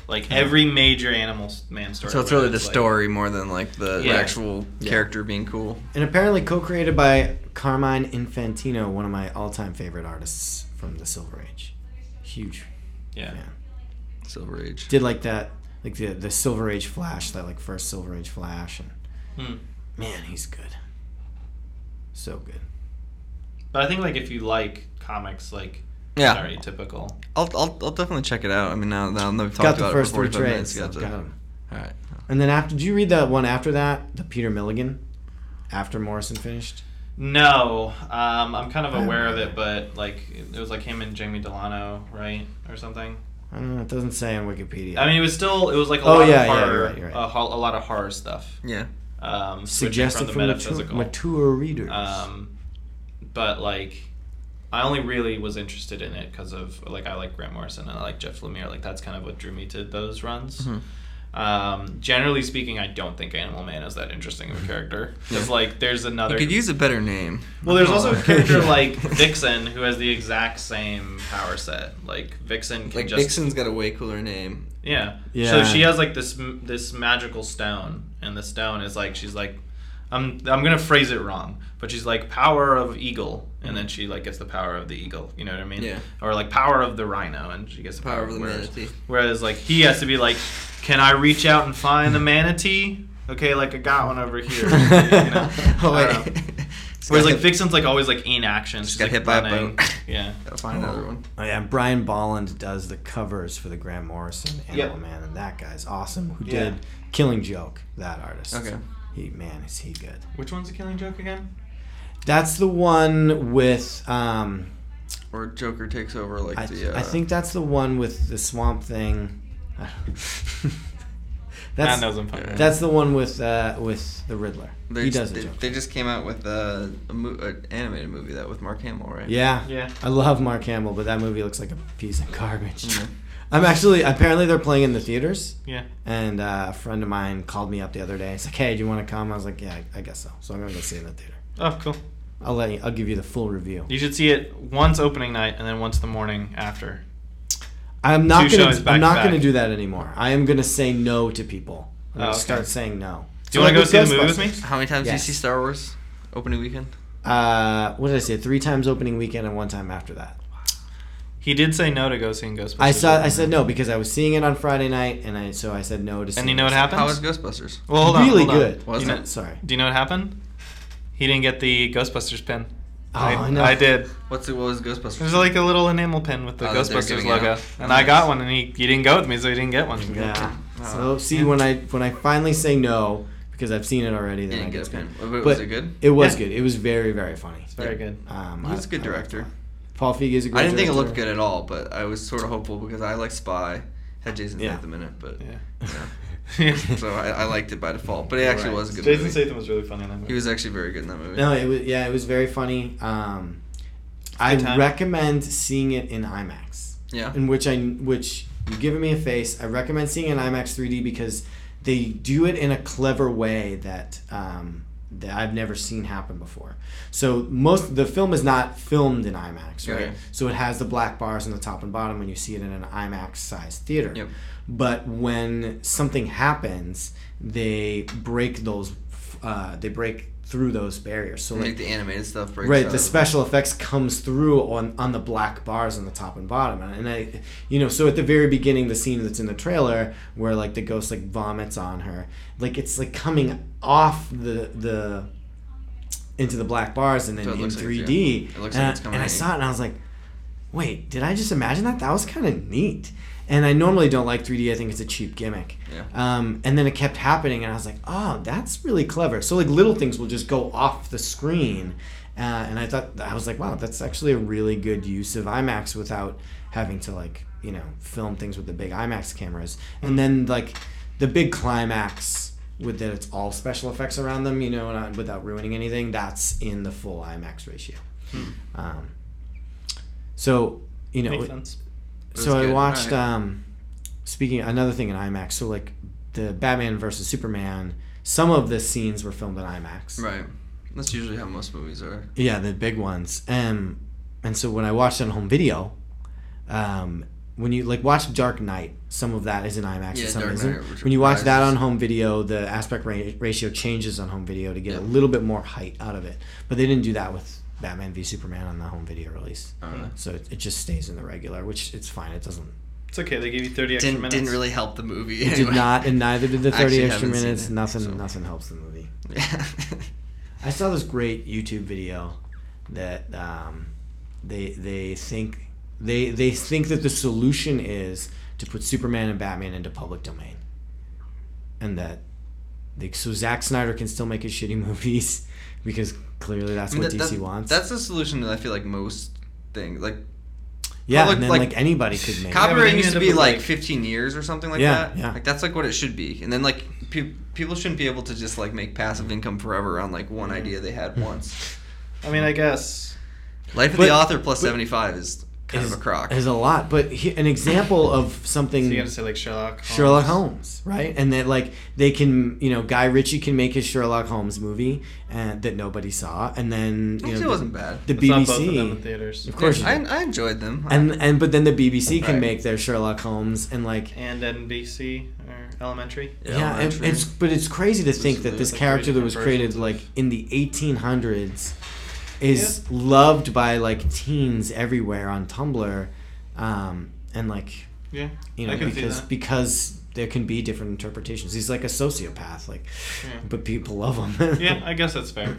S4: Like every major Animal Man story.
S3: So it's really
S4: whether
S3: the
S4: like-
S3: story more than like the
S4: Yeah.
S3: actual
S1: Yeah.
S3: character being cool.
S1: and apparently co-created by Carmine Infantino, one of my all-time favorite artists from the Silver Age. Huge
S4: Yeah.
S1: fan.
S3: Silver Age.
S1: Did like that, like the the Silver Age Flash, that like first Silver Age Flash, and
S4: Hmm.
S1: man, he's good. So good.
S4: But I think like if you like comics, like
S3: Yeah.
S4: very typical.
S3: I'll, I'll, I'll definitely check it out. I mean, now, now that we've
S1: Got
S3: talked about
S1: the first
S3: it for
S1: three
S3: 45 minutes,
S1: trades.
S3: got
S1: so
S3: the-
S1: got him.
S3: All right.
S1: And then after, did you read that one after that, the Peter Milligan, after Morrison finished?
S4: No, um, I'm kind of
S1: I don't
S4: aware of
S1: know.
S4: it, but like it was like him and Jamie Delano, right, or something.
S1: I don't know. It doesn't say on Wikipedia.
S4: I mean, it was still it was like a
S1: Oh,
S4: lot
S1: yeah,
S4: of
S1: yeah, you're
S4: horror,
S1: right, you're right.
S4: A, ho- a lot of horror stuff.
S3: Yeah.
S4: Um, switching
S1: suggested for mature, mature readers.
S4: Um, but like, I only really was interested in it because of like I like Grant Morrison and I like Jeff Lemire. Like that's kind of what drew me to those runs.
S3: Mhm.
S4: Um, generally speaking, I don't think Animal Man is that interesting of a character. Because like, there's another.
S3: Mm-hmm. You could use a better name.
S4: well, there's
S3: Oh.
S4: also a character
S1: Yeah.
S4: like Vixen who has the exact same power set. Like Vixen can
S3: Like,
S4: just
S3: Dixon's got a way cooler name.
S4: yeah.
S1: Yeah.
S4: So she has like this m- this magical stone, and the stone is like she's like, I'm I'm gonna phrase it wrong, but she's like power of eagle, and then she like gets the power of the eagle. You know what I mean?
S3: Yeah.
S4: Or like power of the rhino, and she gets the power,
S3: Power of
S4: of
S3: the
S4: whereas-
S3: manatee.
S4: Whereas like he has to be like, can I reach out and find the manatee? Okay, like I got one over here. you know?
S1: Oh,
S4: I don't
S1: wait.
S4: know.
S3: It's
S4: Whereas
S3: got
S4: like
S3: hit-
S4: Vixen's like always like in action. She's
S3: got
S4: like,
S3: hit by a
S4: running.
S3: boat.
S4: Yeah.
S3: Gotta find another one.
S1: Oh yeah, Brian Bolland does the covers for the Grant Morrison Animal
S4: Yep.
S1: Man, and that guy's awesome. Who
S4: Yeah.
S1: did Killing Joke? That artist.
S3: Okay.
S1: He man, is he good?
S4: Which one's the killing joke again?
S1: That's the one with. Um,
S3: Or Joker takes over, like,
S1: I,
S3: the. Uh,
S1: I think that's the one with the Swamp Thing. That's
S4: Matt knows I'm fucking.
S1: that's the one with uh, with the Riddler.
S3: They
S1: he does
S3: just,
S1: the
S3: they,
S1: Joker.
S3: they just came out with uh, a, mo- an animated movie that with Mark Hamill, right?
S1: yeah.
S4: Yeah.
S1: I love Mark Hamill, but that movie looks like a piece of garbage.
S3: Mhm.
S1: I'm actually apparently they're playing in the theaters.
S4: Yeah.
S1: And uh, a friend of mine called me up the other day. He's like, "Hey, do you want to come?" I was like, "Yeah, I, I guess so." So I'm gonna go see it in the theater.
S4: Oh, cool.
S1: I'll let you. I'll give you the full review.
S4: You should see it once opening night and then once the morning after.
S1: I'm not
S4: Two
S1: gonna.
S4: shows
S1: I'm
S4: back to
S1: not
S4: back.
S1: gonna do that anymore. I am gonna say no to people. I'm gonna
S4: Oh, okay.
S1: start saying no.
S4: Do you want to go
S1: Like
S4: see the
S1: with
S4: movie with
S1: Ghostbusters.
S4: me?
S3: How many times
S1: Yes.
S3: do you see Star Wars opening weekend?
S1: Uh, what did I say? Three times opening weekend and one time after that.
S4: He did say no to go seeing Ghostbusters.
S1: I saw. I said no because I was seeing it on Friday night, and I so I said no to.
S4: And
S1: seeing
S4: you know
S1: it.
S4: what happened?
S3: How was Ghostbusters?
S4: Well, hold on.
S1: Really
S4: hold on.
S1: good.
S3: Was
S4: You
S3: it?
S4: know-
S1: Sorry.
S4: Do you know what happened? He didn't get the Ghostbusters pin.
S1: Oh,
S4: I,
S1: I know.
S4: I did.
S3: What's the, what was Ghostbusters?
S4: There's like a little enamel pin with the
S3: Oh, that they're
S4: Ghostbusters
S3: giving
S4: logo,
S3: out.
S4: and I
S3: Nice.
S4: got one, and he, he didn't go with me, so he didn't get one.
S1: Yeah.
S3: Oh.
S1: So see when I when I finally say no because I've seen it already, then
S3: Didn't
S1: I
S3: get
S1: get
S3: a
S1: scared.
S3: pin. But was it good?
S1: It was
S4: Yeah.
S1: good. It was very very funny. It's
S4: Very good.
S1: Um,
S3: He's
S1: I-
S3: a good
S1: I liked
S3: director.
S1: it. Paul Feig is a great.
S3: I didn't think it
S1: director.
S3: looked good at all, but I was sort of hopeful because I like Spy, had Jason
S1: Yeah.
S3: Statham in it, but
S4: Yeah.
S1: Yeah.
S3: so I, I liked it by default. But it actually
S1: Right.
S3: was a good
S4: Jason
S3: movie.
S4: Statham was really funny in that movie.
S3: He was actually very good in that movie.
S1: No, it was yeah, it was very funny. Um, I
S4: good time.
S1: recommend seeing it in IMAX,
S3: Yeah.
S1: in which I which you've given me a face. I recommend seeing it in IMAX 3D because they do it in a clever way that um, that I've never seen happen before. So most the film is not filmed in IMAX, right?
S3: Okay.
S1: So it has the black bars on the top and bottom when you see it in an IMAX sized theater.
S3: Yep.
S1: But when something happens, they break those uh, they break through those barriers. So like
S3: Like the animated stuff breaks
S1: right
S3: out.
S1: the special effects comes through on on the black bars on the top and bottom and, and i you know so at the very beginning the scene that's in the trailer where like the ghost like vomits on her like it's like coming off the the into the black bars and then
S3: So it
S1: in
S3: looks like
S1: 3d
S3: it's- yeah. It
S1: and,
S3: looks like
S1: I-
S3: it's coming
S1: and i
S3: at you.
S1: saw it and i was like wait did i just imagine that that was kind of neat and i normally don't like 3d i think it's a cheap gimmick
S3: Yeah.
S1: um, and then it kept happening, and I was like, "Oh, that's really clever." So like little things will just go off the screen, uh, and I thought I was like, "Wow, that's actually a really good use of IMAX without having to like you know film things with the big IMAX cameras." And then like the big climax with that it's all special effects around them, you know, and uh, without ruining anything, that's in the full IMAX ratio. Um, so you know,
S4: Makes
S1: it-
S4: sense.
S3: It was
S1: so I
S3: good.
S1: watched.
S3: Alright.
S1: Um, speaking another thing in IMAX. So like the Batman versus Superman. Some of the scenes were filmed in IMAX.
S3: Hmm. Right. That's usually how most movies are.
S1: Yeah, the big ones. Um, and so when I watched on home video, um, when you like watch Dark Knight, some of that is in IMAX
S3: Yeah,
S1: for some
S3: Dark
S1: reason.
S3: Knight
S1: when you watch that
S3: rises.
S1: on home video, the aspect ra- ratio changes on home video to get a
S3: Yeah.
S1: little bit more height out of it. But they didn't do that with Batman v Superman on the home video release.
S3: I don't know.
S1: So it, it just stays in the regular, which it's fine. It doesn't
S4: It's okay. They gave you 30 extra
S3: Didn't,
S4: minutes.
S3: didn't really help the movie.
S1: It did
S3: anyway.
S1: not, and neither did the thirty
S3: Actually
S1: extra
S3: haven't seen
S1: minutes.
S3: it,
S1: nothing,
S3: so-
S1: nothing helps the movie.
S3: Yeah.
S1: I saw this great YouTube video that um, they they think they they think that the solution is to put Superman and Batman into public domain, and that they, so Zack Snyder can still make his shitty movies because clearly that's
S3: I mean,
S1: what
S3: that-
S1: DC
S3: that-
S1: wants.
S3: That's the solution that I feel like most things like
S1: yeah,
S3: public-
S1: and then
S3: like,
S1: like, anybody could make.
S4: cop-
S1: it.
S4: but
S3: Copyright
S4: then you
S3: used
S4: end
S3: to
S4: up
S3: be
S4: with,
S3: like,
S4: like-
S3: 15 years or something like
S1: Yeah,
S3: that.
S1: yeah.
S3: Like that's like what it should be. And then like pe- people shouldn't be able to just like make passive income forever on like
S1: Mm.
S3: one idea they had once.
S4: I mean, I guess.
S3: Life of
S1: But-
S3: the author plus
S1: but-
S3: 75 is kind
S1: Is-
S3: of a crock.
S1: Is a lot, but he, an example of
S4: So
S1: something.
S4: you gotta say like Sherlock. Holmes.
S1: Sherlock Holmes, right? And that like they can, you know, Guy Ritchie can make his Sherlock Holmes movie and that nobody saw, and then you
S3: Actually,
S1: know,
S3: it wasn't bad.
S1: the,
S4: I
S1: the
S4: saw both of them in
S1: BBC,
S4: theaters.
S1: of course, you
S3: I,
S1: did.
S3: I enjoyed them.
S1: and and but then the BBC can
S3: Right.
S1: make their Sherlock Holmes, and like
S4: And NBC or Elementary.
S1: yeah, it-
S3: Elementary.
S1: it's but it's crazy to think
S3: is
S1: that
S3: the-
S1: this
S4: the
S1: character that
S4: creative
S1: was created
S4: versions of-
S1: like in the 1800s is loved by like teens everywhere on Tumblr, um, and like
S4: Yeah.
S1: you know
S4: I can
S1: because
S4: see that.
S1: because there can be different interpretations. He's like a sociopath, like,
S4: Yeah.
S1: but people love him.
S4: yeah, I guess that's fair.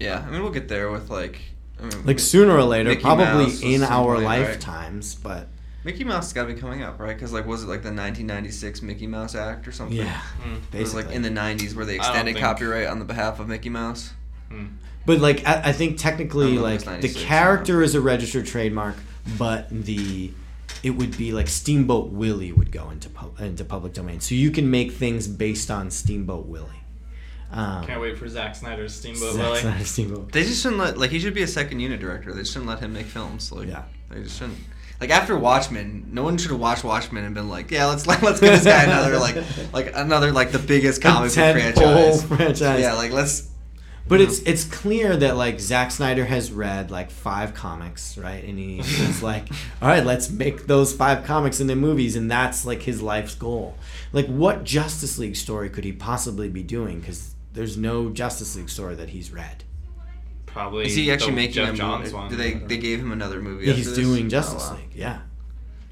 S3: yeah, I mean, we'll get there with like. I mean,
S1: like sooner or later,
S3: Mickey
S1: probably
S3: Mouse was
S1: in our
S3: something, right?
S1: lifetimes. But
S3: Mickey Mouse has got to be coming up, right? Because like, was it like the 1996 Mickey Mouse Act or something?
S1: yeah,
S4: Mm.
S1: basically.
S3: It was like in the 90s where they
S4: don't
S3: extended
S4: think-
S3: copyright on the behalf of Mickey Mouse.
S4: Mm.
S1: but like I, I think
S3: I
S1: technically,
S3: don't know if
S1: like
S3: it's
S1: the
S3: 96 or
S1: character is a registered trademark, but the it would be like Steamboat Willie would go into pub- into public domain. So you can make things based on Steamboat Willie.
S3: Oh.
S1: Um,
S4: Can't wait for Zack Snyder's Steamboat
S1: Zack
S4: Willie.
S1: Snyder's Steamboat.
S3: They just shouldn't let like he should be a second unit director. They shouldn't let him make films. Like
S1: Yeah.
S3: they just shouldn't. Like after Watchmen, no one should have watched Watchmen and been like, yeah, let's let, let's give this guy another like like another like the biggest comic book
S1: tentpole
S3: franchise.
S1: franchise.
S3: Yeah, like let's.
S1: But
S3: Hmm.
S1: it's it's clear that like Zack Snyder has read like five comics, right? And he- he's like, all right, let's make those five comics into movies, and that's like his life's goal. Like, what Justice League story could he possibly be doing? Because there's no Justice League story that he's read.
S4: Probably.
S3: Is he actually
S4: the
S3: making
S4: Jeff
S3: a
S4: Johns
S3: movie?
S4: one.
S3: Do they they gave him another movie?
S1: he's
S3: after this?
S1: doing
S3: Oh,
S1: Justice
S3: wow.
S1: League, yeah.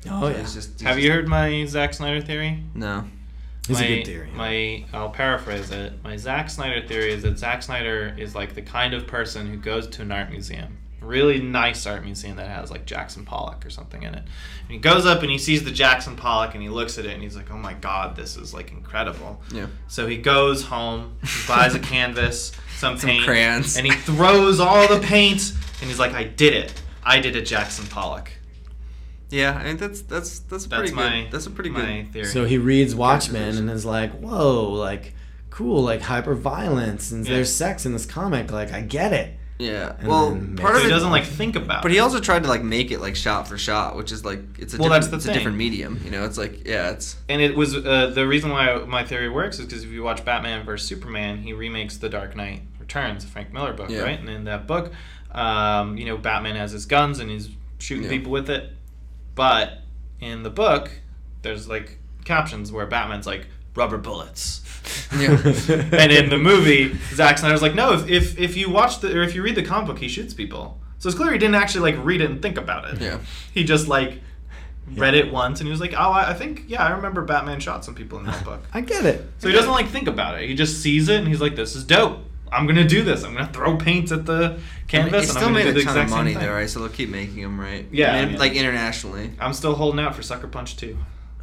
S1: Oh yeah,
S3: He's just, he's
S4: Have
S3: just-
S4: you heard my Zack Snyder theory?
S3: No.
S1: it's
S4: my,
S1: a good theory.
S4: My, I'll paraphrase it. My Zack Snyder theory is that Zack Snyder is like the kind of person who goes to an art museum, really nice art museum that has like Jackson Pollock or something in it. And he goes up and he sees the Jackson Pollock and he looks at it and he's like, "Oh my God, this is like incredible."
S3: Yeah.
S4: So he goes home, he buys a canvas, some
S3: Some
S4: paint,
S3: crayons.
S4: and he throws all the paint and he's like, "I did it! I did a Jackson Pollock."
S3: Yeah, I mean that's that's that's a
S4: That's
S3: pretty
S4: my
S3: good. That's a pretty
S4: my
S3: good.
S4: theory.
S1: So he reads Watchmen
S3: Characterization.
S1: and is like, whoa, like cool, like hyper violence, and
S4: Yeah.
S1: there's sex in this comic. Like, I get it.
S3: Yeah.
S1: And
S3: well,
S1: then
S3: part
S1: makes-
S3: of
S4: he
S3: it
S4: doesn't like think about.
S3: But
S4: it.
S3: he also tried to like make it like shot for shot, which is like it's a different,
S4: Well, that's the
S3: it's
S4: thing.
S3: a different medium. You know, it's like yeah, it's
S4: and it was uh, the reason why my theory works is because if you watch Batman vs Superman, he remakes the Dark Knight Returns, a Frank Miller book,
S3: Yeah.
S4: right? And in that book, um, you know, Batman has his guns and he's shooting
S3: Yeah.
S4: people with it. But in the book, there's like captions where Batman's like rubber bullets.
S3: Yeah.
S4: and in the movie, Zack Snyder's like, no, if, if if you watch the or if you read the comic book, he shoots people. So it's clear he didn't actually like read it and think about it.
S3: Yeah.
S4: He just like read it once and he was like, oh, I, I think yeah, I remember Batman shot some people in that book.
S1: I get it.
S4: So he doesn't like think about it. He just sees it and he's like, this is dope. I'm gonna do this. I'm gonna throw paint at the canvas.
S3: it
S4: and
S3: still
S4: I'm
S3: made
S4: gonna do the
S3: a ton
S4: exact
S3: of
S4: same
S3: money
S4: thing."
S3: though, right? So they'll keep making them, right?
S4: Yeah,
S3: I mean,
S4: yeah.
S3: like internationally.
S4: I'm still holding out for Sucker Punch 2.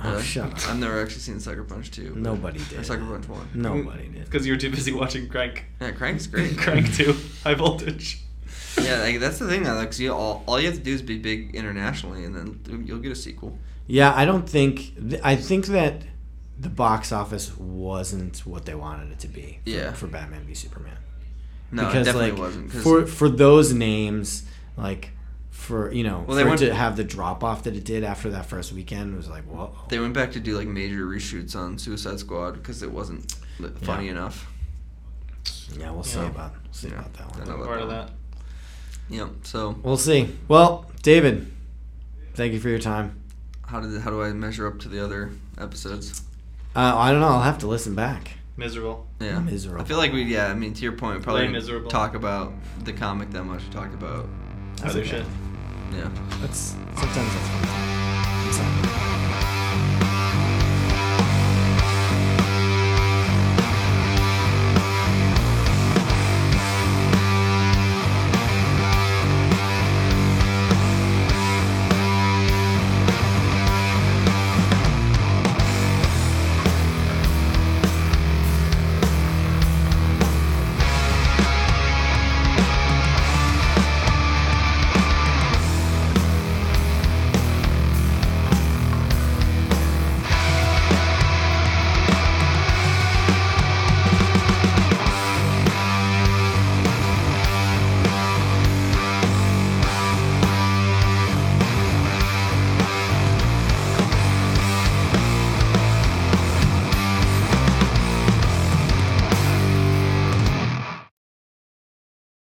S1: Oh,
S3: Uh,
S1: shut up.
S3: I've never actually seen Sucker Punch two.
S1: Nobody
S3: Or
S1: did.
S3: Sucker Punch one.
S1: Nobody did.
S4: Because you were too busy watching Crank.
S3: Yeah, Crank's Mm. great.
S4: Crank 2, High Voltage.
S3: Yeah, like, that's the thing though, because you all, all you have to do is be big internationally, and then you'll get a sequel.
S1: Yeah, I don't think. th- I think that the box office wasn't what they wanted it to be. For,
S3: Yeah.
S1: For Batman v Superman.
S3: No, it definitely wasn't. 'cause-
S1: for for those names, like for you know,
S3: Well,
S1: well,
S3: they
S1: for it
S3: went-
S1: to have the drop off that it did after that first weekend was like, whoa.
S3: They went back to do like major reshoots on Suicide Squad because it wasn't li- funny enough.
S1: yeah, we'll see
S4: Yeah.
S1: about we'll see
S3: Yeah.
S1: about that
S3: I
S1: one.
S3: know
S4: Part of that.
S3: Yeah. So
S1: We'll see. Well, David, thank you for your time.
S3: how did how do I measure up to the other episodes?
S1: Uh, I don't know. I'll have to listen back.
S4: Miserable.
S3: Yeah.
S1: Miserable.
S3: I feel like we yeah. I mean, to your point, we
S4: Plain
S3: probably
S4: miserable.
S3: didn't talk about the comic that much. We talked about
S1: That's
S4: Other
S1: okay.
S4: shit.
S3: yeah.
S1: That's sometimes